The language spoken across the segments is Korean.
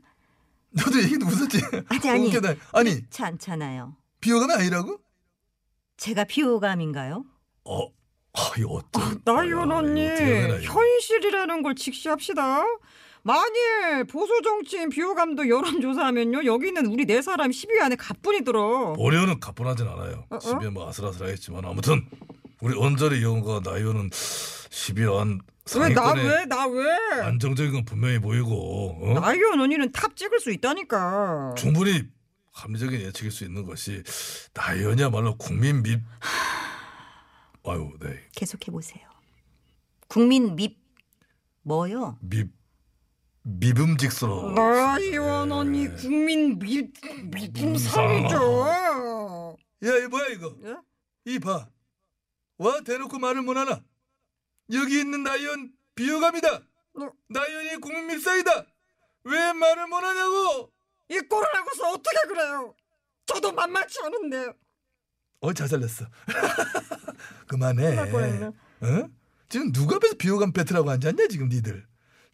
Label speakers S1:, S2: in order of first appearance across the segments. S1: 너도 얘기 웃었지?
S2: 아니, 아니.
S1: 웃겨다. 아니
S2: 그렇지 않잖아요.
S1: 비호감이 아니라고?
S2: 제가 비호감인가요?
S3: 어, 아 이거 어떤
S4: 나윤 언니 현실이라는 걸 직시합시다. 만일 보수 정치인 비호감도 여론조사하면요 여기는 우리 네 사람 10위 안에 가뿐히 들어.
S3: 오리오는 가뿐하진 않아요.
S4: 어?
S3: 집에 뭐 아슬아슬하겠지만 아무튼 우리 언저리 영과 나이오는 10위 안
S4: 왜 나 왜
S3: 상위권에
S4: 나 왜?
S3: 안정적인 건 분명히 보이고 어?
S4: 나윤 언니는 탑 찍을 수 있다니까.
S3: 충분히 합리적인 예측일 수 있는 것이 나연이야말로 국민 및 아유 네
S2: 계속해 보세요. 국민 밉 뭐요?
S3: 미, 미음직스러워
S4: 나이원 언니 국민 미, 미품상이죠.
S1: 야, 이 뭐야 이거?
S4: 예?
S1: 이 봐. 와 대놓고 말을 못 하나. 여기 있는 나이언 비호감이다.
S4: 어?
S1: 나이언이 국민 밀사이다. 왜 말을 못 하냐고?
S4: 이 꼴을 하고서 어떻게 그래요? 저도 만만치 않은데.
S1: 어, 잘 살렸어. 그만해.
S4: 끝날 뻔했네.
S1: 어? 지금 누가 앞에서 비호감 배틀하고 앉았냐 지금 니들?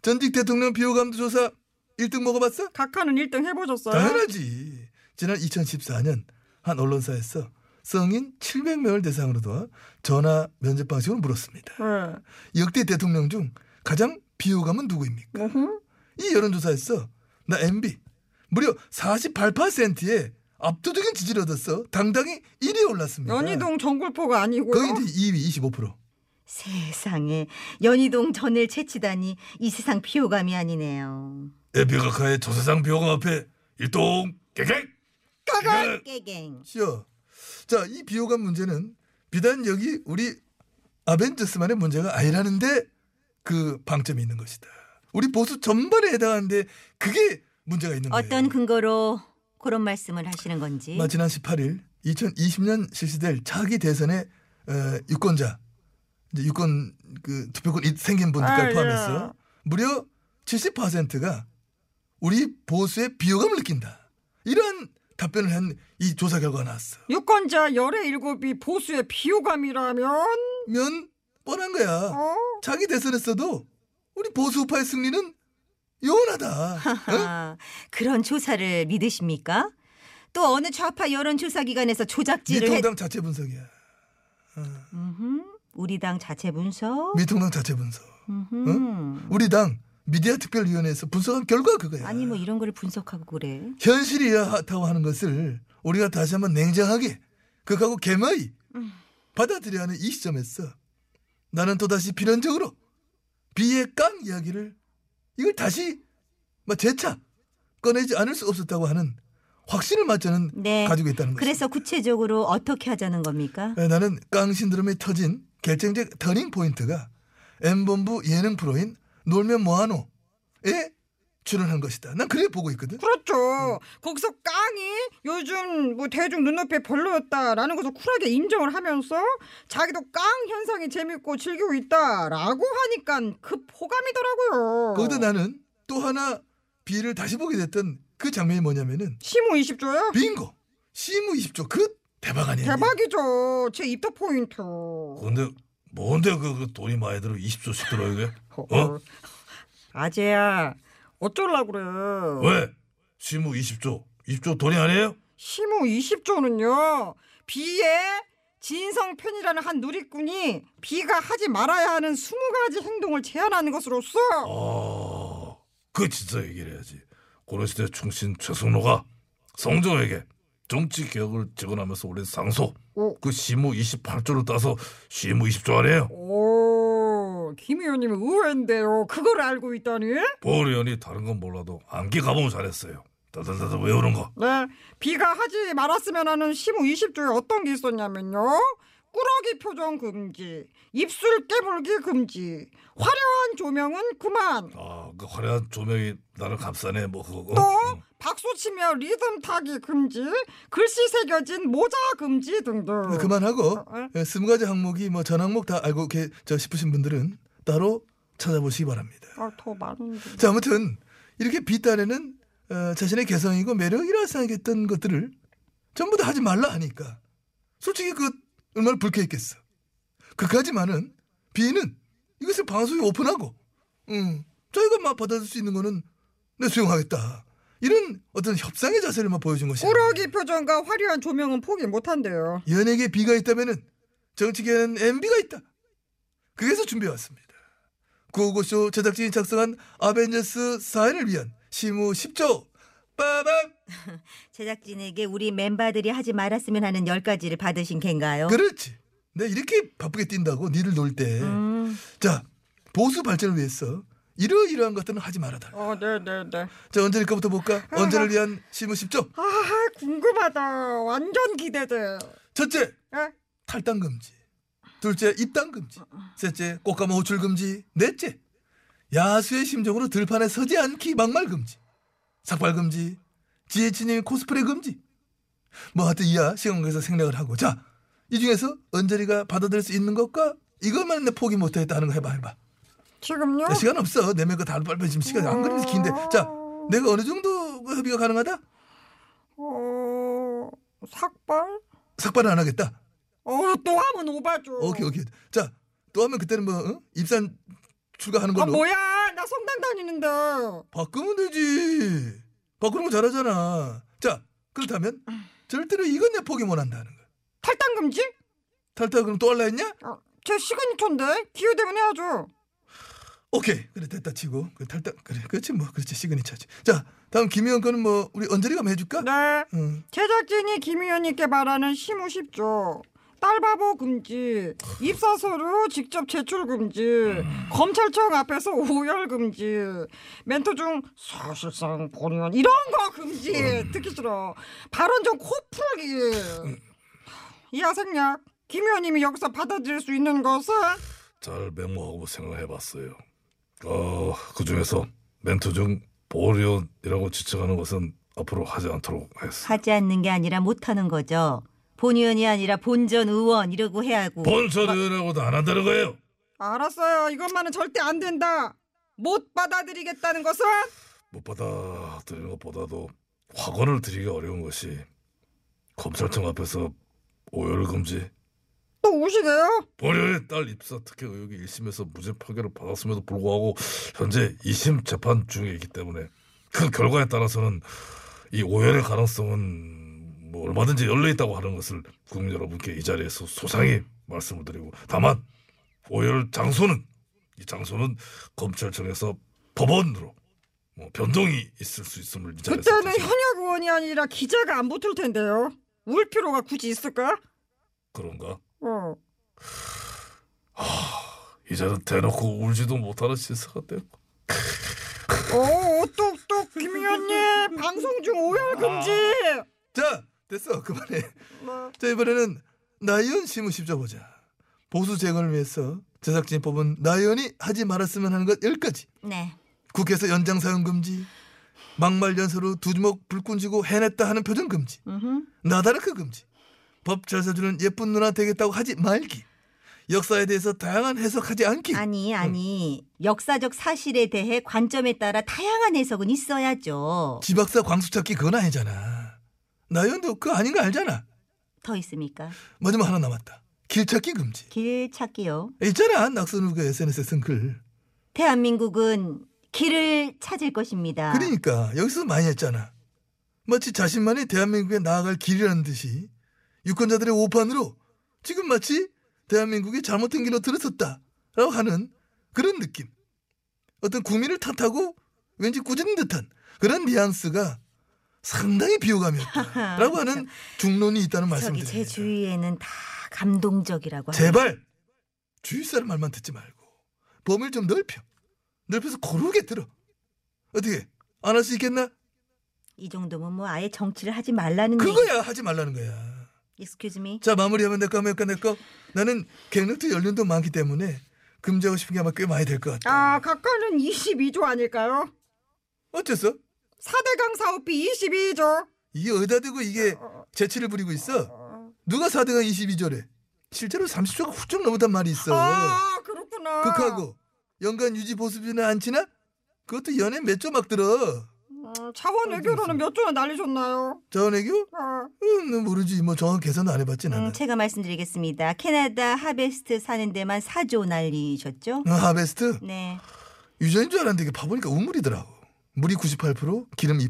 S1: 전직 대통령 비호감 조사 1등 먹어봤어?
S4: 각하는 1등 해보셨어요?
S1: 네. 당연하지. 지난 2014년 한 언론사에서 성인 700명을 대상으로도 전화 면접 방식으로 물었습니다.
S4: 네.
S1: 역대 대통령 중 가장 비호감은 누구입니까?
S4: 으흠.
S1: 이 여론조사에서 나 MB 무려 48%의 압도적인 지지를 얻었어. 당당히 1위에 올랐습니다.
S4: 연희동 정골포가 아니고요.
S1: 네. 거기 이제 2위 25%.
S2: 세상에 연희동 전을 채치다니 이 세상 비호감이 아니네요.
S3: 에비가카의 저세상 비호감 앞에 일동 개갱
S1: 네.
S2: 까걸 깨갱.
S1: 쉬어. 자, 이 비호감 문제는 비단 여기 우리 아벤져스만의 문제가 아니라는데 그 방점이 있는 것이다. 우리 보수 전반에 해당하는데 그게 문제가 있는 거예요.
S2: 어떤 근거로 그런 말씀을 하시는 건지.
S1: 마 지난 18일 2020년 실시될 차기 대선의 어, 유권자 이제 유권 그 투표권 이- 생긴 분들까지
S4: 아, 예.
S1: 포함해서 무려 70%가 우리 보수의 비호감을 느낀다. 이런 답변을 한 이 조사 결과가 나왔어.
S4: 유권자 열의 일곱이 보수의 비호감이라면
S1: 면 뻔한 거야.
S4: 어?
S1: 자기 대선에서도 우리 보수파의 승리는 요원하다. 응?
S2: 아, 그런 조사를 믿으십니까? 또 어느 좌파 여론조사기관에서 조작질을 했...
S1: 미통당 자체 분석이야.
S2: 음흠, 우리 당 자체 분석.
S1: 미통당 자체 분석.
S2: 음흠.
S1: 어? 우리 당 미디어 특별위원회에서 분석한 결과가 그거야.
S2: 아니 뭐 이런 거를 분석하고 그래.
S1: 현실이라고 하는 것을 우리가 다시 한번 냉정하게 극하고 개마이
S2: 음.
S1: 받아들여야 하는 이 시점에서 나는 또다시 필연적으로 비의 깡 이야기를 이걸 다시 막 재차 꺼내지 않을 수 없었다고 하는 확신을 맞저는
S2: 네.
S1: 가지고 있다는 거죠.
S2: 그래서 구체적으로 어떻게 하자는 겁니까?
S1: 에, 나는 깡 신드롬이 터진 결정적 터닝 포인트가 M본부 예능 프로인 놀면 뭐하노에 출연한 것이다. 난 그래 보고 있거든. 음.
S4: 그렇죠. 거기서 깡이 요즘 뭐 대중 눈높이에 별로였다라는 것을 쿨하게 인정을 하면서 자기도 깡 현상이 재밌고 즐기고 있다라고 하니까 그 급 호감이더라고요.
S1: 거기다 나는 또 하나 비를 다시 보게 됐던 그 장면이 뭐냐면은
S4: 심호 20조요?
S1: 빙고 시무 20조 그 대박 아니야.
S4: 대박이죠. 제 입덕 포인트.
S3: 근데 뭔데 그, 그 돈이 많이 들어 20조씩 들어 이게? 어?
S4: 아재야 어쩌려고 그래.
S3: 왜? 시무 20조. 20조 돈이 아니에요?
S4: 심호 20조는요. 비의 진성 팬이라는 한 누리꾼이 비가 하지 말아야 하는 20가지 행동을 제안하는 것으로서
S3: 아, 그 진짜 얘기를 해야지. 고려시대 충신 최승로가 성종에게 정치 개혁을 직언하면서 올린 상소
S4: 오.
S3: 그 시무 28조를 따서 시무 20조 아니에요?
S4: 어. 오, 김 의원님 의외인데요. 그걸 알고 있다니?
S3: 보의원이 다른 건 몰라도 암기 가봉 잘했어요. 다다다다 외우는 거.
S4: 네, 비가 하지 말았으면 하는 심우 20조에 어떤 게 있었냐면요. 꾸러기 표정 금지, 입술 깨물기 금지, 화려한 조명은 그만.
S3: 아, 그 화려한 조명이 나를 감싸네. 뭐 그거.
S4: 또
S3: 응.
S4: 박수 치며 리듬 타기 금지, 글씨 새겨진 모자 금지 등등.
S1: 네, 그만하고
S4: 어, 어.
S1: 예, 스무 가지 항목이 뭐 전 항목 다 알고 계, 저 싶으신 분들은 따로 찾아보시기 바랍니다.
S4: 아, 더 많은데.
S1: 자 아무튼 이렇게 비단에는 어, 자신의 개성이고 매력이라 생각했던 것들을 전부 다 하지 말라 하니까 솔직히 그 얼마나 불쾌했겠어. 그까지만은 비는 이것을 방송에 오픈하고 음, 저희가 막 받아줄 수 있는 거는 내 수용하겠다. 이런 어떤 협상의 자세를 막 보여준 것이
S4: 꾸러기 표정과 화려한 조명은 포기 못한대요.
S1: 연예계 B가 있다면은 정치계는 MB가 있다. 그래서 준비해왔습니다. 구호고쇼 제작진이 작성한 아벤져스 사인을 위한 시무 10조 빠밤
S2: 제작진에게 우리 멤버들이 하지 말았으면 하는 열 가지를 받으신 겐가요?
S1: 그렇지. 내 이렇게 바쁘게 뛴다고 니를 놀 때. 자 보수 발전을 위해서 이러이러한 것들은 하지 말아다.
S4: 어, 네, 네, 네.
S1: 자 언제일 거부터 볼까? 언제를 위한 시무 10조.
S4: 아 궁금하다 완전 기대돼
S1: 첫째
S4: 예?
S1: 탈당 금지. 둘째 입당 금지. 셋째 꽃가마 호출 금지. 넷째 야수의 심정으로 들판에 서지 않기 막말 금지. 삭발 금지. 지혜진님 코스프레 금지. 뭐 하여튼 이하 시간에서 생략을 하고 자 이 중에서 언저리가 받아들일 수 있는 것과 이것만 내 포기 못하겠다 하는 거 해봐 해봐.
S4: 지금요?
S1: 야, 네, 시간 없어 내 매거 다 빨리 지금 시간 안 걸려서 긴데 자 내가 어느 정도 그 협의가 가능하다?
S4: 어... 삭발?
S1: 삭발은 안 하겠다.
S4: 어또 하면 오바죠
S1: 오케이 오케이. 자 또 하면 그때는 뭐 응? 입산 출가하는
S4: 아
S1: 걸로.
S4: 뭐야 나 성당 다니는데
S1: 바꾸면 되지. 바꾸는 거 잘하잖아. 자, 그렇다면 절대로 이건 내 포기 못 한다는 거.
S4: 탈당 금지?
S1: 탈타 그럼 또 할라 했냐?
S4: 어, 제 시그니처인데 기회되면 해야죠
S1: 오케이. 그래 됐다 치고. 그 탈타 그래. 그렇지 뭐. 그렇지 시그니처지. 자, 다음 김희원 거는 뭐 우리 언저리가 해 줄까?
S4: 네
S1: 응.
S4: 제작진이 김 의원님께 바라는 심우 10조 딸바보 금지, 입사서류 직접 제출 금지, 검찰청 앞에서 오열 금지, 멘트 중 사실상 본의원 이런 거 금지 듣기 싫어. 발언 좀 코풀기. 이하 생략. 김 의원님이 여기서 받아들일 수 있는 것은
S3: 잘 메모하고 생각해봤어요. 어, 그 중에서 멘트 중 보리온이라고 지칭하는 것은 앞으로 하지 않도록 했어.
S2: 하지 않는 게 아니라 못하는 거죠. 본의원이 아니라 본전 의원 이러고 해야 하고.
S3: 본선의원하고도 안 한다는 거예요.
S4: 알았어요. 이것만은 절대 안 된다. 못 받아들이겠다는 것은
S3: 못 받아들이는 것보다도 확언을 드리기 어려운 것이 검찰청 앞에서 오열 금지,
S4: 또 우시게요?
S3: 보려의 딸 입사 특혜 의혹이 1심에서 무죄 판결을 받았음에도 불구하고 현재 2심 재판 중이기 때문에 그 결과에 따라서는 이 오열의 가능성은 뭐 얼마든지 열려 있다고 하는 것을 국민 여러분께 이 자리에서 소상히 말씀을 드리고 다만 오열 장소는 이 장소는 검찰청에서 법원으로 뭐 변동이 있을 수 있음을 이 자리에서
S4: 그때는
S3: 다시
S4: 현역 의원이 아니라 기자가 안 붙을 텐데요. 울 필요가 굳이 있을까?
S3: 그런가
S4: 어.
S3: 이제는 대놓고 울지도 못하는 시세가 되고
S4: 어, 똑똑 김 의원님 방송 중 오열 금지.
S1: 자 됐어 그만해.
S4: 뭐,
S1: 자 이번에는 나연 시무십자 보자. 보수 재건을 위해서 제작진이 뽑은 나연이 하지 말았으면 하는 것 10가지.
S2: 네.
S1: 국회에서 연장사용 금지. 막말 연설로 두 주먹 불끈 쥐고 해냈다 하는 표정 금지.
S4: 음흠.
S1: 나다르크 금지. 법 잘 써주는 예쁜 누나 되겠다고 하지 말기. 역사에 대해서 다양한 해석하지 않기.
S2: 아니 아니 역사적 사실에 대해 관점에 따라 다양한 해석은 있어야죠.
S1: 지박사 광수 찾기 그건 아니잖아. 나연도 그거 아닌 거 알잖아.
S2: 더 있습니까?
S1: 마지막 하나 남았다. 길 찾기 금지.
S2: 길 찾기요.
S1: 있잖아 낙선우가 SNS에 쓴 글.
S2: 대한민국은 길을 찾을 것입니다.
S1: 그러니까 여기서 많이 했잖아. 마치 자신만이 대한민국에 나아갈 길이라는 듯이 유권자들의 오판으로 지금 마치 대한민국이 잘못된 길로 들어섰다라고 하는 그런 느낌. 어떤 국민을 탓하고 왠지 꾸짖는 듯한 그런 뉘앙스가 상당히 비호감이었다라고 하는 중론이 있다는
S2: 저기 제
S1: 말씀드립니다.
S2: 주위에는 다 감동적이라고 하는
S1: 제발 주위 사람 말만 듣지 말고 범위를 좀 넓혀. 넓혀서 고르게 들어. 어떻게 안 할 수 있겠나?
S2: 이 정도면 뭐 아예 정치를 하지 말라는 얘기.
S1: 그거야 하지 말라는 거야.
S2: Excuse me.
S1: 자 마무리하면 내거 하면 내거 내거 나는 갱년도 연륜도 많기 때문에 금지하고 싶은 게 아마 꽤 많이 될 것 같다.
S4: 아, 각각은 22조 아닐까요?
S1: 어째서
S4: 4대강 사업비 22조.
S1: 이게 어디다 대고 이게 재치를 부리고 있어? 누가 4대강 22조래? 실제로 30조가 훌쩍 넘었단 말이 있어.
S4: 아, 그렇구나.
S1: 극하고 연간 유지 보수비나 안 치나? 그것도 연애 몇 조 막 들어.
S4: 음,
S1: 어,
S4: 차원 외교로는 몇 조나 날리셨나요?
S1: 자원외교?
S4: 아,
S1: 음, 모르지. 뭐 정확 계산 안 해봤지 나는.
S2: 음, 제가 말씀드리겠습니다. 캐나다 하베스트 사는 데만 사조 날리셨죠?
S1: 아, 하베스트
S2: 네.
S1: 유전인 줄 알았는데 이게 봐보니까 우물이더라고. 물이 98% 기름 2%.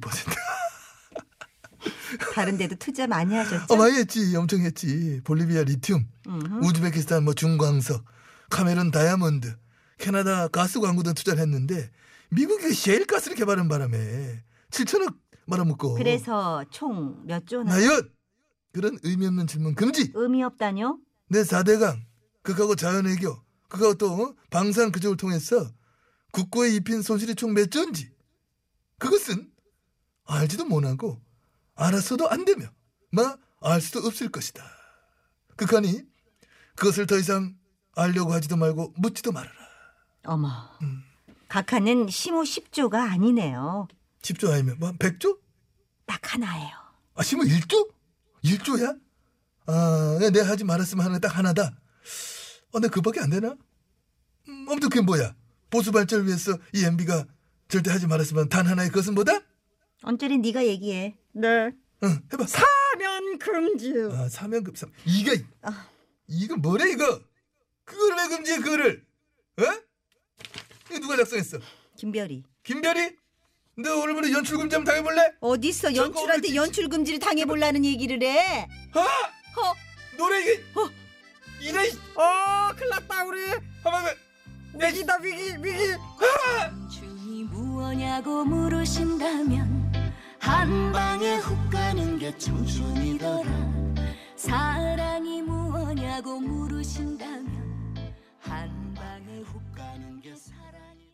S2: 다른 데도 투자 많이
S1: 어,
S2: 하셨죠?
S1: 많이 했지. 엄청 했지. 볼리비아 리튬,
S2: 음흠.
S1: 우즈베키스탄 뭐 중광석, 카메룬 다이아몬드, 캐나다 가스 광고 등 투자를 했는데 미국이 셰일 가스를 개발한 바람에 7천억 말아먹고
S2: 그래서 총 몇 조나?
S1: 나연 그런 의미 없는 질문 금지.
S2: 의미 없다뇨?
S1: 내 4대강 극하고 자연외교 극하고 또 어? 방산 그쪽을 통해서 국고에 입힌 손실이 총 몇 조인지 그것은 알지도 못하고 알았어도 안 되며 마알 수도 없을 것이다. 극하니 그것을 더 이상 알려고 하지도 말고 묻지도 말아라.
S2: 어머.
S1: 음.
S2: 각하는 심호 10조가 아니네요.
S1: 10조 아니면 뭐 100조?
S2: 딱 하나예요.
S1: 아 심은 1조? 1조야? 아 내가 하지 말았으면 하는 게딱 하나다. 어, 내 그밖에 안 되나? 음, 아무튼 그게 뭐야? 보수 발전을 위해서 이 MB가 절대 하지 말았으면 단 하나의 그것은 뭐다?
S2: 언저리 네가 얘기해.
S4: 네.
S1: 응, 해봐. 사!
S4: 사면 금지.
S1: 아, 사면금 삼. 이게
S2: 아.
S1: 이거 뭐래 이거? 그걸 왜 금지해 그거를? 어? 이거 누가 작성했어?
S2: 김별이.
S1: 김별이? 너 오늘부터 연출 금지 한번 당해볼래?
S2: 어디서
S1: 저거
S2: 연출한테
S1: 어디지?
S2: 연출 금지를 당해보려는 얘기를 해?
S1: 아!
S2: 허,
S1: 노래 이게
S2: 어.
S1: 이래 이-
S4: 어, 큰일 났다, 우리.
S1: 한번
S4: 위기다, 위기, 위기.
S5: 중이 무엇냐고 물으신다면 한 방에 훅 가는 게 청춘이더라 사랑이 무엇냐고 물으신다면 한 방에 훅 가는 게 사랑